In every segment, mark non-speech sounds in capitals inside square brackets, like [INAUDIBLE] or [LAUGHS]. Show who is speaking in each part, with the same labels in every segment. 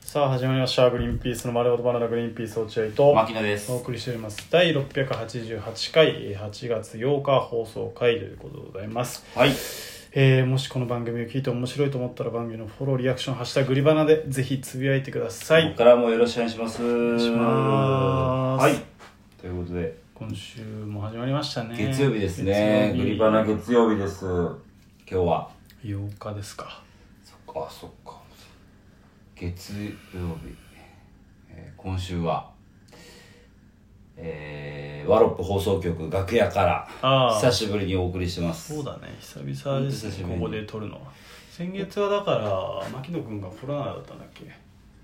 Speaker 1: さあ始まりました「グリーンピースの丸ごとバナナグリーンピース落合」と
Speaker 2: 牧野です
Speaker 1: お送りしております第688回えー8月8日放送回ということでございます、
Speaker 2: はい
Speaker 1: えーもしこの番組を聞いて面白いと思ったら番組のフォローリアクション「ハッシュタググリバナ」でぜひつぶやいてください
Speaker 2: ここからもよろしくお願いします
Speaker 1: 願いします
Speaker 2: はいということで
Speaker 1: 今週も始まりましたね
Speaker 2: 月曜日です
Speaker 1: 月
Speaker 2: ね
Speaker 1: 曜
Speaker 2: グ
Speaker 1: 日
Speaker 2: リバナ月曜日です今日は
Speaker 1: 8日ですか
Speaker 2: そっかそっか月曜日、えー今週はえー、ワロップ放送局楽屋か
Speaker 1: あ
Speaker 2: ら
Speaker 1: ー
Speaker 2: 久しぶりにお送りしてます
Speaker 1: そうだね久々です
Speaker 2: 久しぶ
Speaker 1: ね
Speaker 2: りに
Speaker 1: ここで撮るのは先月はだから牧野君がコロナだったんだっけ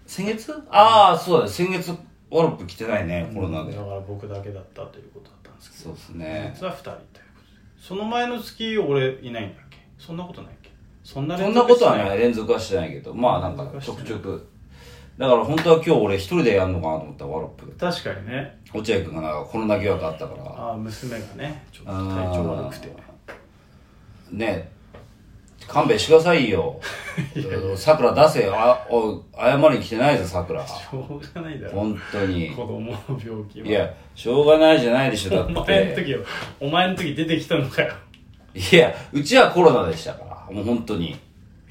Speaker 2: 先月ああそうだ先月ワロップ来てないねコロナで
Speaker 1: だから僕だけだったということだったんですけど
Speaker 2: そうですね
Speaker 1: 実は2人ということでその前の月俺いないんだっけそんなことないっけそんな
Speaker 2: そんなことはね
Speaker 1: い
Speaker 2: 連続はしてないけどまあなんかちょくちょくだから本当は今日俺一人でやるのかなと思ったワロップ
Speaker 1: 確かにね
Speaker 2: 落合君がなんかコロナ疑惑あったから
Speaker 1: ああ娘がねちょっと体調悪くて
Speaker 2: ねえ勘弁してくださ
Speaker 1: [LAUGHS]
Speaker 2: いよさくら出せよあお謝りに来てないぞさくら
Speaker 1: しょうがないだろ
Speaker 2: 本当に
Speaker 1: 子供の病気はい
Speaker 2: やしょうがないじゃないでしょだ
Speaker 1: お
Speaker 2: っ
Speaker 1: 前の
Speaker 2: て
Speaker 1: 時よお前の時出てきたのかよ
Speaker 2: いやうちはコロナでしたからもう本当に
Speaker 1: い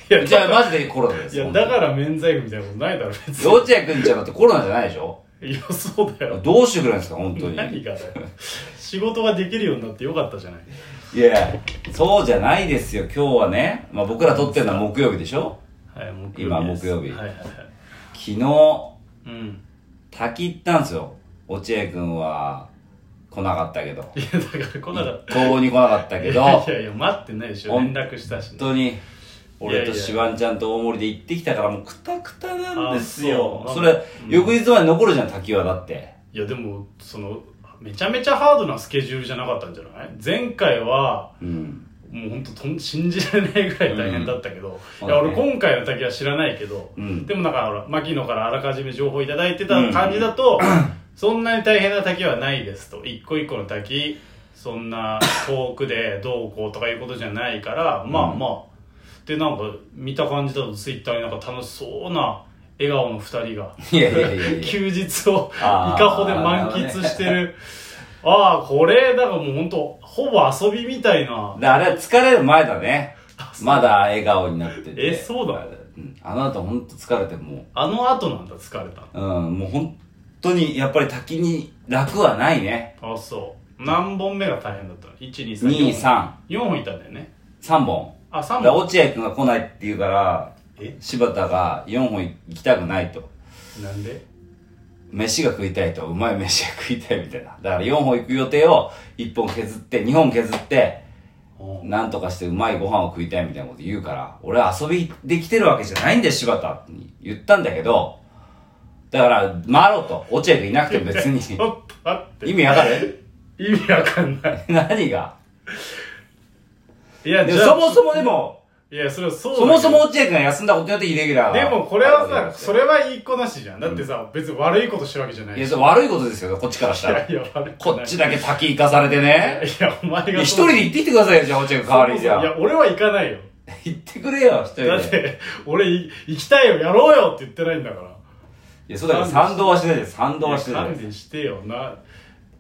Speaker 1: や
Speaker 2: うちはマジでコロナで
Speaker 1: い
Speaker 2: す
Speaker 1: や
Speaker 2: 本当に
Speaker 1: だから免罪符みたいなことないだろ別
Speaker 2: で落合君ちゃんだってコロナじゃないでしょ
Speaker 1: にいやそうだよ
Speaker 2: どうしてくれるんですか本当に
Speaker 1: 何がだよ仕事ができるようになってよかったじゃない
Speaker 2: いやそうじゃないですよ今日はね、まあ、僕ら撮ってるのは木曜日でしょ
Speaker 1: はい木
Speaker 2: 今
Speaker 1: 曜日です
Speaker 2: 木曜日
Speaker 1: はいはいはい
Speaker 2: 昨日
Speaker 1: うん
Speaker 2: 滝行ったんですよ落合君は来なかったけど
Speaker 1: いやだから来なかった
Speaker 2: 一向に来なかったけど
Speaker 1: いやいや待ってないでしょ
Speaker 2: ほん
Speaker 1: 連絡したし、ね、
Speaker 2: 本当に俺
Speaker 1: いや
Speaker 2: と
Speaker 1: いや
Speaker 2: シバンちゃんと大森で行ってきたからもうクタクタなんですよ
Speaker 1: あ
Speaker 2: そ
Speaker 1: そう
Speaker 2: れ、
Speaker 1: うん
Speaker 2: 翌日まで残るじゃん滝はだって
Speaker 1: いやでもそのめちゃめちゃハードなスケジュールじゃなかったんじゃない前回は
Speaker 2: うん
Speaker 1: もう本当とん信じられないぐらい大変だったけど、
Speaker 2: うん
Speaker 1: いや
Speaker 2: そう
Speaker 1: 俺
Speaker 2: ね
Speaker 1: 今回の滝は知らないけど、
Speaker 2: うん
Speaker 1: でもなんかほら牧野からあらかじめ情報いただいてた感じだと、そんなに大変な滝はないですと一個一個の滝そんな遠くでどうこうとかいうことじゃないから、まあまあでなんか見た感じだとツイッターになんか楽しそうな笑顔の2人が。
Speaker 2: いやいやい
Speaker 1: [LAUGHS]
Speaker 2: やいや
Speaker 1: 休日をイ
Speaker 2: あー
Speaker 1: カホで満喫してる。ああ、これ、だからもう本当ほぼ遊びみたいな。
Speaker 2: だあれは疲れる前だねまだ笑顔になってて
Speaker 1: えそうだ
Speaker 2: うんあの後本当疲れてもう
Speaker 1: あの後なんだ、疲れた
Speaker 2: うん、もう本当に、やっぱり滝に楽はないね。
Speaker 1: の。あ、そう。何本目が大変だったの ?1、2、3。
Speaker 2: 2、3、
Speaker 1: 4本いたんだよね。
Speaker 2: 3本。
Speaker 1: あ、
Speaker 2: だ
Speaker 1: 3
Speaker 2: から
Speaker 1: 本。
Speaker 2: 落合くんが来ないって言うから、
Speaker 1: え
Speaker 2: 柴田が4本行きたくないと。
Speaker 1: なんで
Speaker 2: 飯が食いたいと、うまい飯が食いたいみたいな。だから4本行く予定を1本削って、2本削って、
Speaker 1: うん
Speaker 2: なんとかしてうまいご飯を食いたいみたいなこと言うから、俺は遊びできてるわけじゃないんだよ、柴田に言ったんだけど、だから、回ろうと。落合くんいなくても別
Speaker 1: [LAUGHS]
Speaker 2: に。
Speaker 1: ちょっと待って。
Speaker 2: 意味わかる [LAUGHS]
Speaker 1: 意味わかんない。
Speaker 2: 何が
Speaker 1: いや、
Speaker 2: で
Speaker 1: じ
Speaker 2: も
Speaker 1: ゃあ
Speaker 2: そもそもでも、
Speaker 1: いや、それはそうだ
Speaker 2: そ
Speaker 1: けど
Speaker 2: もそも落合君が休んだことによってイレギュラー
Speaker 1: で
Speaker 2: が
Speaker 1: もこれはさ、そ
Speaker 2: れ。
Speaker 1: れはいい子なしじゃん。だってさ、別に悪いことしてるわけじゃない
Speaker 2: い
Speaker 1: し。
Speaker 2: や、それ悪いことですよ、こっちからしたら。
Speaker 1: いや、悪いと
Speaker 2: こ
Speaker 1: ない
Speaker 2: っちだけ滝行かされてね。
Speaker 1: いや、お前が
Speaker 2: 一人で行ってきてくださいよ、じゃあ落合君代わりにじゃ
Speaker 1: い
Speaker 2: あ。
Speaker 1: や、俺は行かないよ。
Speaker 2: 行ってくれよ、一
Speaker 1: だ
Speaker 2: 人
Speaker 1: っ
Speaker 2: で。
Speaker 1: て、俺い、行きたいよ、やろうよって言ってないんだから。
Speaker 2: いや、そうだから賛同はしてないです。賛同はしてない
Speaker 1: 勘
Speaker 2: です。
Speaker 1: 弁してよな。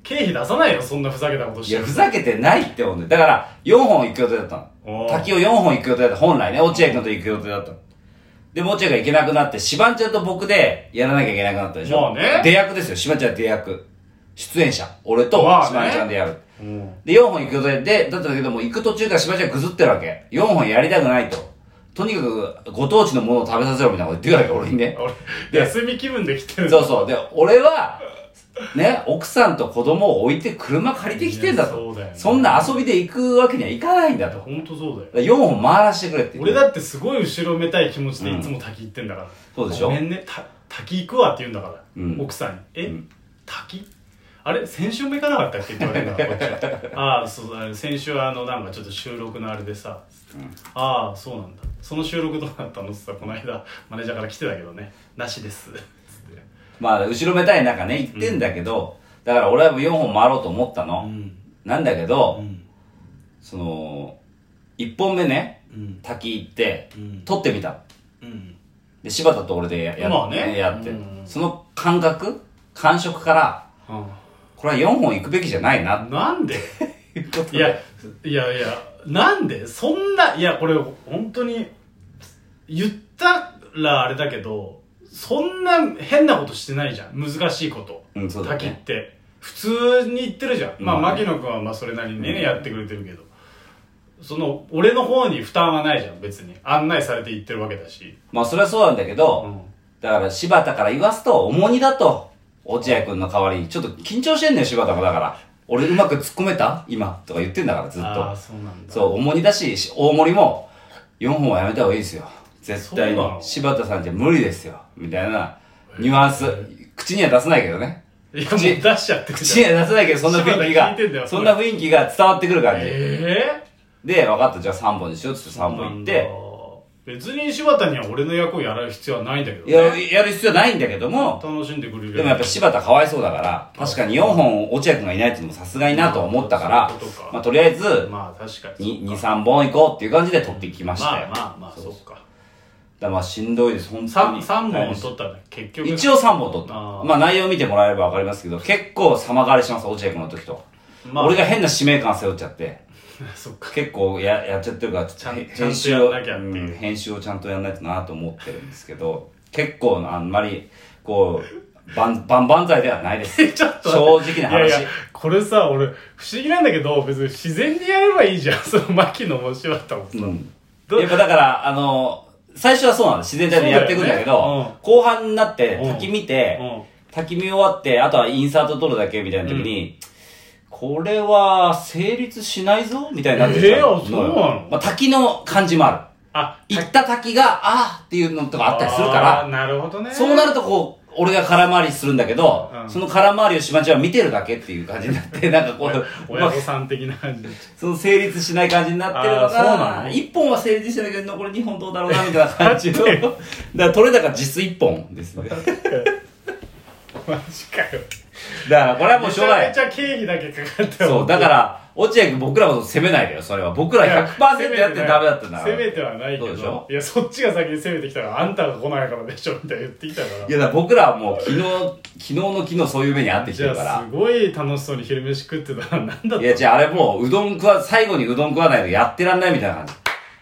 Speaker 1: 経費出さないよ、そんなふざけたことし
Speaker 2: い
Speaker 1: て
Speaker 2: や、ふざけてないって思うんだよだから、4本行く予定だった
Speaker 1: お
Speaker 2: の。
Speaker 1: う
Speaker 2: 滝を4本行く予定だった。本来ね、落合君と行く予定だったの。で、も落合が行けなくなって、シバンちゃんと僕でやらなきゃいけなくなったでしょ。
Speaker 1: まあね
Speaker 2: 出役ですよ、シバンちゃんは出役。出演者。俺と
Speaker 1: まあね
Speaker 2: シバンちゃんでやる。
Speaker 1: うん。
Speaker 2: で、4本行く予定で、だったんだけども、行く途中からしばちゃんぐずってるわけ。4本やりたくないと。とにかく、ご当地のものを食べさせろみたいなこと言ってくるわけ、俺にね。
Speaker 1: 俺、休み気分で来てる。
Speaker 2: そうそう。で、俺は、ね、奥さんと子供を置いて車借りてきてんだ
Speaker 1: いや
Speaker 2: と。
Speaker 1: そうだよね
Speaker 2: そんな遊びで行くわけにはいかないんだと。だか
Speaker 1: ほんとそうだよ。
Speaker 2: ら4本回らしてくれって言って
Speaker 1: 俺だってすごい後ろめたい気持ちでいつも滝行ってんだから。
Speaker 2: そうでしょ
Speaker 1: ごめんね、た滝行くわって言うんだから。
Speaker 2: うん
Speaker 1: 奥さんに。え、
Speaker 2: うん
Speaker 1: 滝あれ先週も行かなかったっけって言われるからこっちは
Speaker 2: [LAUGHS]
Speaker 1: ああそうだね先週あのなんかちょっと収録のあれでさ、ああそうなんだその収録どうなったのってさこの間マネージャーから来てたけどねなしですつって
Speaker 2: まあ、後ろめたい中ね、行ってんだけど、だから俺は4本回ろうと思った
Speaker 1: う
Speaker 2: の。
Speaker 1: ん
Speaker 2: なんだけ
Speaker 1: う
Speaker 2: ど、
Speaker 1: ん
Speaker 2: その、1本目ね、
Speaker 1: うん
Speaker 2: 滝行って
Speaker 1: うん、
Speaker 2: 撮ってみたの。
Speaker 1: うん
Speaker 2: でで、柴田と俺でや,や、
Speaker 1: まあね
Speaker 2: やって
Speaker 1: うん、
Speaker 2: その感覚、感触から、これは4本行くべきじゃないな、
Speaker 1: なんで
Speaker 2: っていうこ
Speaker 1: [LAUGHS]
Speaker 2: と
Speaker 1: い
Speaker 2: で
Speaker 1: や、いやいや、なんでそんな、いや、これ、本当に、言ったらあれだけど、そんな変なことしてないじゃん。難しいこと。
Speaker 2: うん、そうだ
Speaker 1: 滝っ
Speaker 2: ね。
Speaker 1: て。普通に言ってるじゃん。まあ、
Speaker 2: まあ
Speaker 1: 牧野君はまあそれなりにね、やってくれてるけど。その、俺の方に負担はないじゃん、別に。案内されて言ってるわけだし。
Speaker 2: まあ、それはそうなんだけ
Speaker 1: う
Speaker 2: ど、
Speaker 1: ん
Speaker 2: だから柴田から言わすと、重荷だと、落合くんの代わりに、ちょっと緊張してんねん、柴田もだから。俺うまく突っ込めた今、とか言ってんだから、ずっ
Speaker 1: ああ、
Speaker 2: と。
Speaker 1: そうなんだ。
Speaker 2: そう、重荷だし、し大森も、4本はやめた方がいいですよ。絶対に
Speaker 1: そうな。の
Speaker 2: 柴田さんじゃ無理ですよ。みたいな、ニュアンス。口には出さないけど
Speaker 1: [LAUGHS]
Speaker 2: ね。
Speaker 1: いや、もう出しちゃってる
Speaker 2: 口
Speaker 1: じ
Speaker 2: に
Speaker 1: ゃん。
Speaker 2: は出さないけど、そんな雰囲気
Speaker 1: 柴田聞い
Speaker 2: が
Speaker 1: てんだよ、
Speaker 2: そんな雰囲気が伝わってくる感じ。
Speaker 1: ええ
Speaker 2: で、分かった、じゃあ3本にしようっつって3本行って、
Speaker 1: 別に柴田には俺の役をやる必要はないんだけどね
Speaker 2: やるやる必要はないんだけども、
Speaker 1: 楽しんでくれる
Speaker 2: でもやっぱ柴田かわいそうだから、確かに4本落合君がいないっていうのもさすがになと思ったから
Speaker 1: そういうことか、
Speaker 2: まあとりあえず、
Speaker 1: まあ確かに
Speaker 2: 2、3本行こうっていう感じで取ってきました
Speaker 1: ま
Speaker 2: よ
Speaker 1: あ。まあまあそうか
Speaker 2: だからまあしんどいです、本当
Speaker 1: 三
Speaker 2: に。
Speaker 1: 三本取ったんだ結局
Speaker 2: 一応3本取った。
Speaker 1: あー
Speaker 2: まあ内容見てもらえればわかりますけど、結構様変わりします、落合君の時と。
Speaker 1: まあ
Speaker 2: 俺が変な使命感背負っちゃって、
Speaker 1: [LAUGHS] そっか [LAUGHS]
Speaker 2: 結構ややっちゃってるから、ち
Speaker 1: ちゃんち
Speaker 2: へ
Speaker 1: ゃんと
Speaker 2: 編集を
Speaker 1: やんなきゃっていうん
Speaker 2: 編集をちゃんとやんないとなと思ってるんですけど、結構あんまり、こう、ばん、ばんばんざいではないです。
Speaker 1: [LAUGHS] ちょっと
Speaker 2: 正直ない
Speaker 1: やい
Speaker 2: 話。
Speaker 1: やこれさ俺不思議なんだけど別に自然にやればいいじゃん [LAUGHS] その牧野も柴田もさ
Speaker 2: うん。
Speaker 1: ど
Speaker 2: やっぱだから、あの、最初はそうなんです。自然体でやっていくんだ
Speaker 1: そ
Speaker 2: け
Speaker 1: うだよ
Speaker 2: ど
Speaker 1: ね、
Speaker 2: 後半になって、
Speaker 1: うん
Speaker 2: 滝見て、
Speaker 1: う
Speaker 2: 滝見終わって、あとはインサート撮るだけみたいな時に、これは成立しないぞみたいになってきた
Speaker 1: えーあそうなの
Speaker 2: まあ、滝の感じもある。
Speaker 1: んあ
Speaker 2: 行った滝が、あーっていうのとかあったりするから、
Speaker 1: あーなるほどね
Speaker 2: そうなるとこう、俺が空回りするんだけど、
Speaker 1: うん
Speaker 2: その空回りをしまちは見てるだけっていう感じに
Speaker 1: [LAUGHS]
Speaker 2: なって、なんかこう、
Speaker 1: 親
Speaker 2: まあ
Speaker 1: 御さん的な感じ
Speaker 2: その成立しない感じになってるの
Speaker 1: あーそうな
Speaker 2: が、
Speaker 1: の
Speaker 2: 一本は成立してないけど、残り二本どうだろうな、みたいな感じの。
Speaker 1: だ
Speaker 2: [LAUGHS] だ
Speaker 1: って
Speaker 2: から取れ高実一本ですね。だか [LAUGHS]
Speaker 1: マジかよ
Speaker 2: らこれはもうしょうがな
Speaker 1: め
Speaker 2: い。
Speaker 1: ちゃめちゃ経費だけかかって
Speaker 2: そう、だから、落合君僕らこそ責めないでよ、それは。僕ら
Speaker 1: いや
Speaker 2: 100%やってダメだったんだから。
Speaker 1: 攻めてはないけ
Speaker 2: そうでしょ
Speaker 1: どいやそっちが先に攻めてきたからあんたが来ないからでしょみたいな言ってきたから
Speaker 2: いや、だから僕らはもう昨日、昨日の昨日そういう目に遭ってきて
Speaker 1: じゃ
Speaker 2: るから
Speaker 1: あす。ごい楽しそうに昼飯食ってたら何だっ
Speaker 2: いや、じゃああれもう、うどん食わ、最後にうどん食わないとやってらんないみたいな感じ。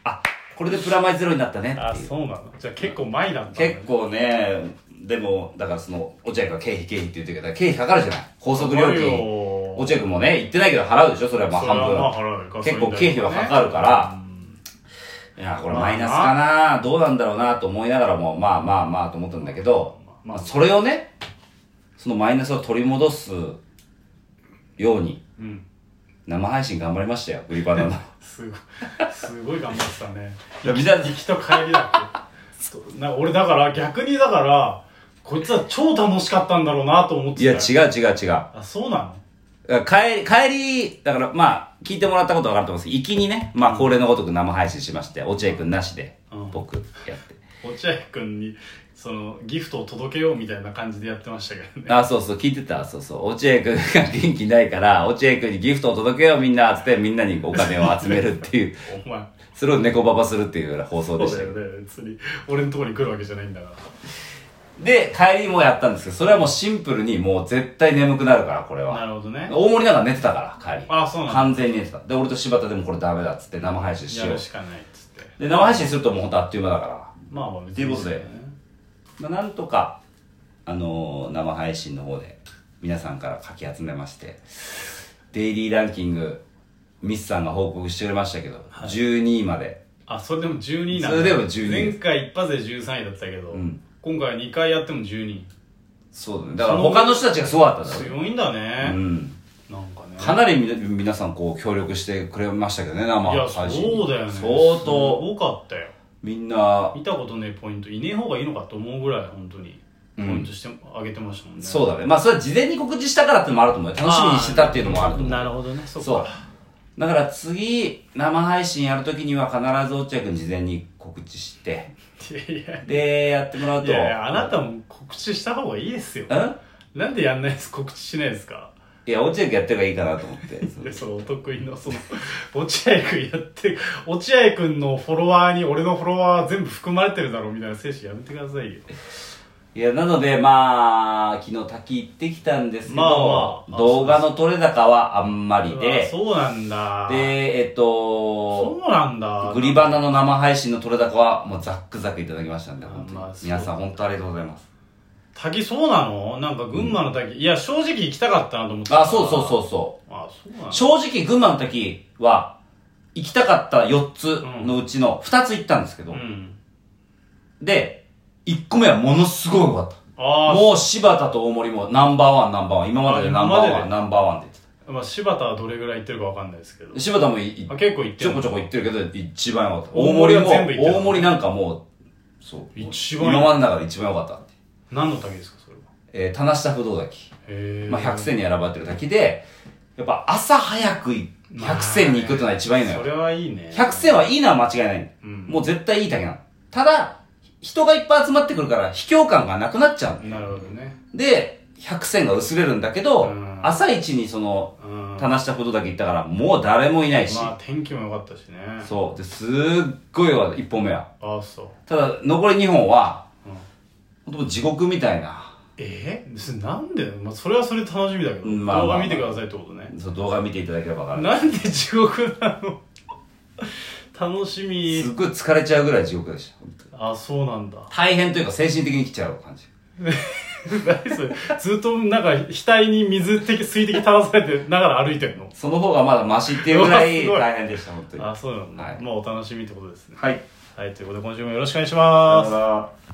Speaker 2: あ、これでプラマイゼロになったね
Speaker 1: たあ
Speaker 2: っていう。
Speaker 1: そうなのじゃあ結構前なんだ
Speaker 2: 結構ね、でも、だからその、落合が経費経費って言ってるけど、経費かかるじゃない高速料金。
Speaker 1: お
Speaker 2: 落合君もね、言ってないけど払うでしょそれはまあ半分。結構経費はかかるから、いや、これマイナスかなどうなんだろうなと思いながらも、まあまあまあと思ったんだけど、
Speaker 1: ま
Speaker 2: ま
Speaker 1: あ
Speaker 2: あそれをね、そのマイナスを取り戻すように、
Speaker 1: うん
Speaker 2: 生配信頑張りましたよ、売り場の。い
Speaker 1: すごいすごい頑張ってたね
Speaker 2: や、みんな、
Speaker 1: 行きと帰りだっけなんか俺だから逆にだからこいつは超楽しかったんだろうなと思って
Speaker 2: い
Speaker 1: たよ
Speaker 2: や、違う違う違う。
Speaker 1: あそうなの
Speaker 2: 帰り、帰り、だからまあ、聞いてもらったことわかると思うんですけど、行きにね、まあ恒例のごとく生配信しまして、落合くんなしで
Speaker 1: うん、
Speaker 2: 僕、やって。
Speaker 1: 落合君にそのギフトを届けようみたいな感じでやってましたけどね
Speaker 2: あ、そうそう、聞いてた、そうそう。落合くんが元気ないから、落合くんにギフトを届けようみんな、つってみんなにお金を集めるっていう、 [LAUGHS]
Speaker 1: お前
Speaker 2: それを猫ババするっていうような放送で
Speaker 1: そ
Speaker 2: し
Speaker 1: うだ
Speaker 2: たけ
Speaker 1: よ
Speaker 2: ど。
Speaker 1: ね別に俺のところに来るわけじゃないんだから
Speaker 2: で、帰りもやったんですけど、それはもうシンプルにもう絶対眠くなるから、これ
Speaker 1: な
Speaker 2: は。
Speaker 1: るほどね
Speaker 2: 大森なんか寝てたから、帰り。
Speaker 1: あそうなんだ
Speaker 2: 完全に寝てた。で、俺と柴田でもこれダメだ、つって生配信し
Speaker 1: や
Speaker 2: よう
Speaker 1: る。しかないっつって
Speaker 2: で、生配信するともうほんとあっという間だから。
Speaker 1: まあまあ別
Speaker 2: ということでまあ、なんとか、あのー生配信の方で皆さんからかき集めましてデイリーランキングミスさんが報告してくれましたけど、12位まで
Speaker 1: あそれでも12位なんだ
Speaker 2: それでも12
Speaker 1: 前回一発で13位だったけど、
Speaker 2: うん
Speaker 1: 今回2回やっても12位
Speaker 2: そうだねだから他の人たちがすごかったんだよ、
Speaker 1: 強いんだね
Speaker 2: う、ん、
Speaker 1: なんかね
Speaker 2: かなりみ皆さんこう協力してくれましたけどね生
Speaker 1: いや
Speaker 2: 配信
Speaker 1: そうだよね
Speaker 2: 相当
Speaker 1: 多かったよ
Speaker 2: みんな
Speaker 1: 見たことねえポイントいねえ方がいいのかと思うぐらい本当にポ
Speaker 2: う
Speaker 1: イ
Speaker 2: ん
Speaker 1: ントしてあげてましたもんね、
Speaker 2: そうだねまあそれは事前に告知したからってのもあると思うよ楽しみにしてたっていうのもあると思う
Speaker 1: なるほどねそっか
Speaker 2: そうだから次生配信やるときには必ず落合君事前に告知して
Speaker 1: いやい
Speaker 2: でやってもらう
Speaker 1: やい
Speaker 2: と
Speaker 1: やいやあなたも告知した方がいいですよ
Speaker 2: うん
Speaker 1: なんでやんないです告知しないですか
Speaker 2: いや、落合君やってるからいいかなと思って。
Speaker 1: で [LAUGHS] そのお得意のその [LAUGHS] 落合君やって落合君のフォロワーに俺のフォロワーは全部含まれてるだろうみたいな精神やめてくださいよ
Speaker 2: いや、なので、まあ、昨日滝行ってきたんですけど、
Speaker 1: まあまあ
Speaker 2: 動画の撮れ高はあんまり
Speaker 1: うわ
Speaker 2: で、
Speaker 1: そうなんだ
Speaker 2: で、えっ
Speaker 1: そ
Speaker 2: と、
Speaker 1: うなんだ
Speaker 2: グリバナの生配信の撮れ高は、もうざっくざくいただきましたんで、
Speaker 1: あ
Speaker 2: 本当に
Speaker 1: まあそう
Speaker 2: 皆さん、本当ありがとうございます。
Speaker 1: 滝そうなのなんか群馬の滝、いや正直行きたかったなと思って
Speaker 2: あ、そうそうそううそ
Speaker 1: あそうなん
Speaker 2: う。
Speaker 1: だ
Speaker 2: 正直、群馬の滝は、行きたかった4つのうちの2つ行ったんですけど、
Speaker 1: うん
Speaker 2: で、1個目はものすごい良かった。
Speaker 1: ああ
Speaker 2: もう柴田と大森もナンバーワン、ナンバーワン。今まででナンバー
Speaker 1: あ今まで
Speaker 2: ワ
Speaker 1: で
Speaker 2: ン、ナンバーワンって言って
Speaker 1: まあ、柴田はどれぐらい行ってるかわかんないですけど
Speaker 2: た。柴田もいい
Speaker 1: あ結構行って
Speaker 2: ち
Speaker 1: る
Speaker 2: ょこちょこ言ってるけど、一番良かった。
Speaker 1: 大
Speaker 2: 大
Speaker 1: 森
Speaker 2: 森
Speaker 1: は
Speaker 2: も、
Speaker 1: 全部行ってる
Speaker 2: 大森なんかもう、そう。
Speaker 1: 一番
Speaker 2: 今までの中で一番良かったって。
Speaker 1: 何の滝ですかそれは
Speaker 2: えー、田無下不動滝。
Speaker 1: へえ
Speaker 2: まあ、100選に選ばれてる滝で、やっぱ朝早くい
Speaker 1: まあ
Speaker 2: 100選に行くってのは一番いいの
Speaker 1: そ
Speaker 2: よ。
Speaker 1: れはいいね
Speaker 2: 100選はいいのは間違いない。
Speaker 1: うん
Speaker 2: もう絶対いい滝なの。ただ、人がいっぱい集まってくるから、卑怯感がなくなっちゃう
Speaker 1: なるほどね
Speaker 2: の。で、100選が薄れるんだけど
Speaker 1: うん、
Speaker 2: 朝一にその、
Speaker 1: うん
Speaker 2: 田無下不動滝行ったから、もう誰もいないし。
Speaker 1: まあ天気も良かったしね
Speaker 2: そう。で、すっごい良かった、1本目は。
Speaker 1: あそう
Speaker 2: ただ残り2本は
Speaker 1: うん
Speaker 2: 本当もう地獄みたいな
Speaker 1: えー、それなんで、まあ、それはそれで楽しみだけど、
Speaker 2: うんまあ
Speaker 1: 動
Speaker 2: まあ
Speaker 1: 画見てくださいってことね、
Speaker 2: そう動画見ていただければ分かる
Speaker 1: なんで地獄なの楽しみ
Speaker 2: すっごい疲れちゃうぐらい地獄でした本当に
Speaker 1: あそうなんだ
Speaker 2: 大変というか精神的に来ちゃう感じ
Speaker 1: 何それずっとなんか額に水的水滴垂らされてながら歩いてんの
Speaker 2: その方がまだマシっていうぐらいう
Speaker 1: わすごい
Speaker 2: 大変でした本当に
Speaker 1: あそうなんだ、
Speaker 2: はい
Speaker 1: まあお楽しみってことですね
Speaker 2: はい
Speaker 1: はいということで今週もよろしくお願いします
Speaker 2: ら